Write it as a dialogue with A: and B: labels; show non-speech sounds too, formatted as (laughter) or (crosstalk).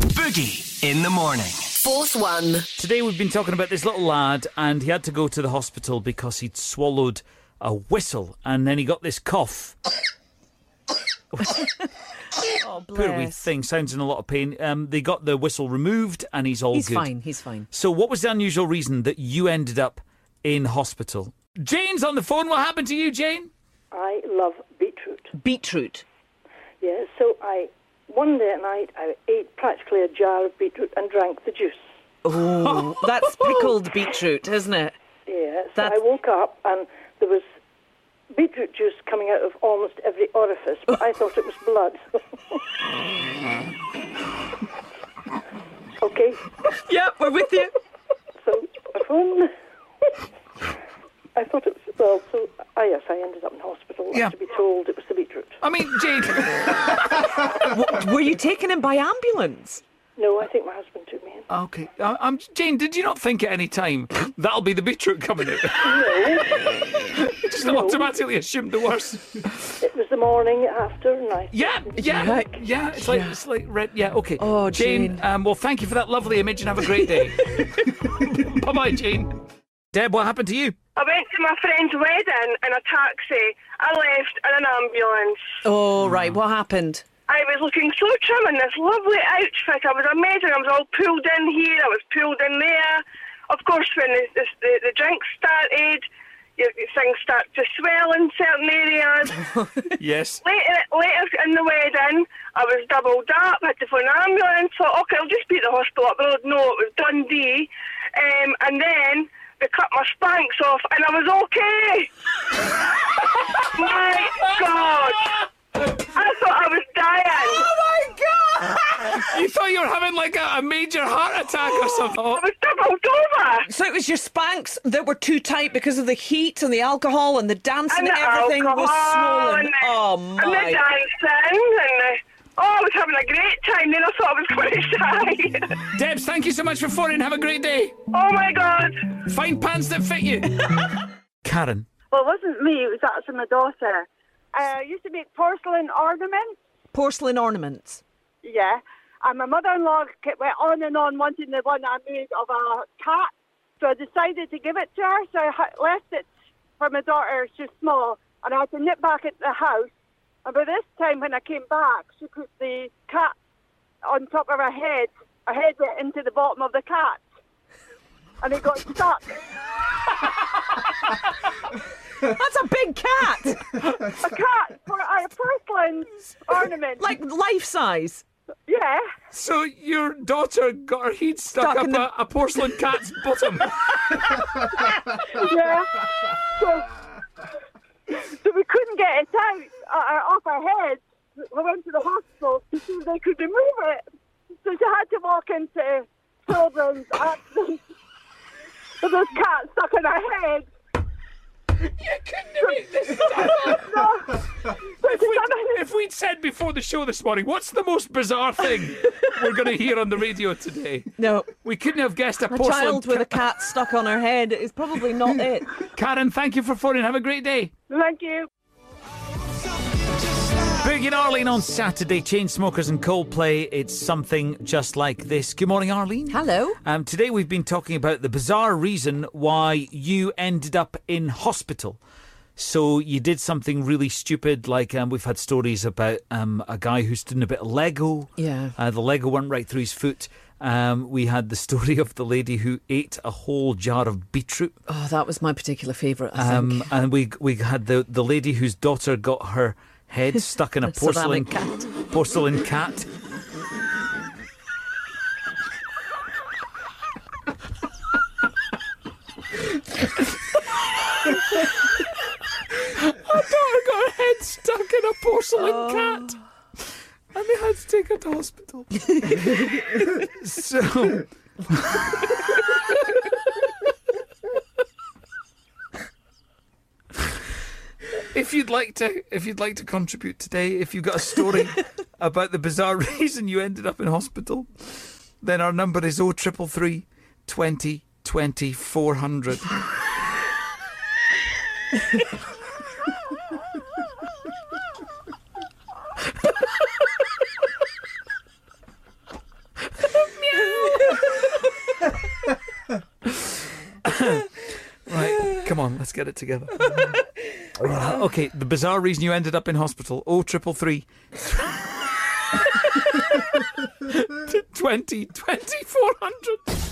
A: Boogie in the morning.
B: Fourth one.
C: Today we've been talking about this little lad, and he had to go to the hospital because he'd swallowed a whistle, and then he got this cough.
D: (laughs) Oh, bless.
C: Poor wee thing, sounds in a lot of pain. Um, they got the whistle removed, and he's all
D: He's
C: good.
D: fine. He's fine.
C: So, what was the unusual reason that you ended up in hospital? Jane's on the phone. What happened to you, Jane?
E: I love beetroot.
D: Beetroot.
E: Yeah, so I one day at night I ate practically a jar of beetroot and drank the juice.
D: Oh, that's pickled beetroot, isn't it?
E: Yeah, so
D: That's-
E: I woke up and there was beetroot juice coming out of almost every orifice, but I thought it was blood. (laughs) okay,
D: Yep, we're with you.
E: so I phoned. I thought it was well, so ah, yes, I ended up in hospital
C: Yeah.
E: to be told it was the beetroot.
C: I mean, Jane.
D: Were you taken in by ambulance?
E: No, I think my husband took me in.
C: (laughs) okay, I, I'm Jane. Did you not think at any time that'll be the beetroot coming out? (laughs) Just automatically assumed the worst.
E: It was the morning after, and I
C: Yeah, yeah,
D: Yeah.
C: yeah. It's like it's like red. Yeah, okay.
D: Oh,
C: Jane.
D: Jane.
C: Um, well, thank you for that lovely image, and have a
D: (laughs)
C: great day. bye, bye, Jane. Deb, what happened to you?
F: I went to my friend's wedding in a taxi. I left in an ambulance.
D: Oh, right. What happened?
F: I was looking so trim in this lovely outfit. I was amazing. I was all pulled in here. I was pulled in there. Of course, when the, the, the, the drink started, your, your things start to swell in certain areas.
C: Yes.
F: later, later in the wedding, I was doubled up. Had to phone an ambulance. Thought, okay, I'll just be at the hospital up the road. No, it was Dundee. Um, and then they cut my spanks off, and I was okay. (laughs) my God. I thought I was dying.
C: You thought you were having like a, a major heart attack or something. Oh,
F: I was doubled over.
D: So it was your spanks that were too tight because of the heat and the alcohol and the dancing
F: And
D: and,
F: the
D: everything was
F: alcohol
D: swollen.
F: and the,
D: oh
F: And the
D: my!
F: dancing and the, oh, I was having a great time. Then I thought I was (laughs) going to die.
C: Debs, thank you so much for phoning. Have a great day.
F: oh my God.
C: Find pants that
D: (laughs)
C: fit you. Karen.
G: Well, it wasn't me, it was actually my daughter. Uh, I used to make porcelain ornaments,
D: Porcelain ornaments.
G: yeah. And my mother in law kept went on and on wanting the one I made of a cat. So I decided to give it to her. So I ha- left it for my daughter, she's small, and I had to nip back into the house. And by this time, when I came back, she put the cat on top of her head. Her head went into the bottom of the cat, and it got stuck.
D: That's a big (laughs) cat,
G: A cat for a porcelain ornament.
D: like life size.
G: yeah.
C: So your daughter got her heat stuck,
D: Stuck
C: up
D: in the-
C: a, a porcelain
D: (laughs)
C: cat's bottom.
G: Yeah. So, so we couldn't get it out uh, off our heads. We went to the hospital to see if they could remove it. So she had to walk into children's accident (laughs) with this cat stuck in her head.
C: if, we'd, if we'd said before the show this morning, what's the most bizarre thing we're going to hear on the radio today?
D: No,
C: We couldn't have guessed a
D: a
C: porcelain
D: child with a
C: cat.
D: cat stuck on her head is probably not it.
C: Karen, thank you for phoning. Have a great day.
G: (laughs) Thank you.
C: Boogie and Arlene on Saturday. Chainsmokers and Coldplay. It's something just like this. Good morning, Arlene.
D: (laughs) Hello.
C: Um, today we've been talking about the bizarre reason why you ended up in hospital. So you did something really stupid, like um, we've had stories about um, a guy who stood in a bit of Lego.
D: Yeah.
C: Uh, the Lego went right through his foot. Um, we had the story of the lady who ate a whole jar of beetroot.
D: Oh, that was my particular favourite. I think.
C: Um, and we we had the the lady whose daughter got her (laughs) head stuck in a porcelain
D: Ceramic cat.
C: porcelain cat. (laughs) Her daughter got her head stuck in a porcelain cat. And they had to take her to hospital. (laughs) so if you'd like to if you'd like to contribute today if you've got a story about the bizarre (laughs) reason you ended up in hospital then our number is 0333 20 20 400 Come on, let's get it together. Uh, okay, the bizarre reason you ended up in hospital. Oh, triple three. (laughs) Twenty, twenty, four hundred.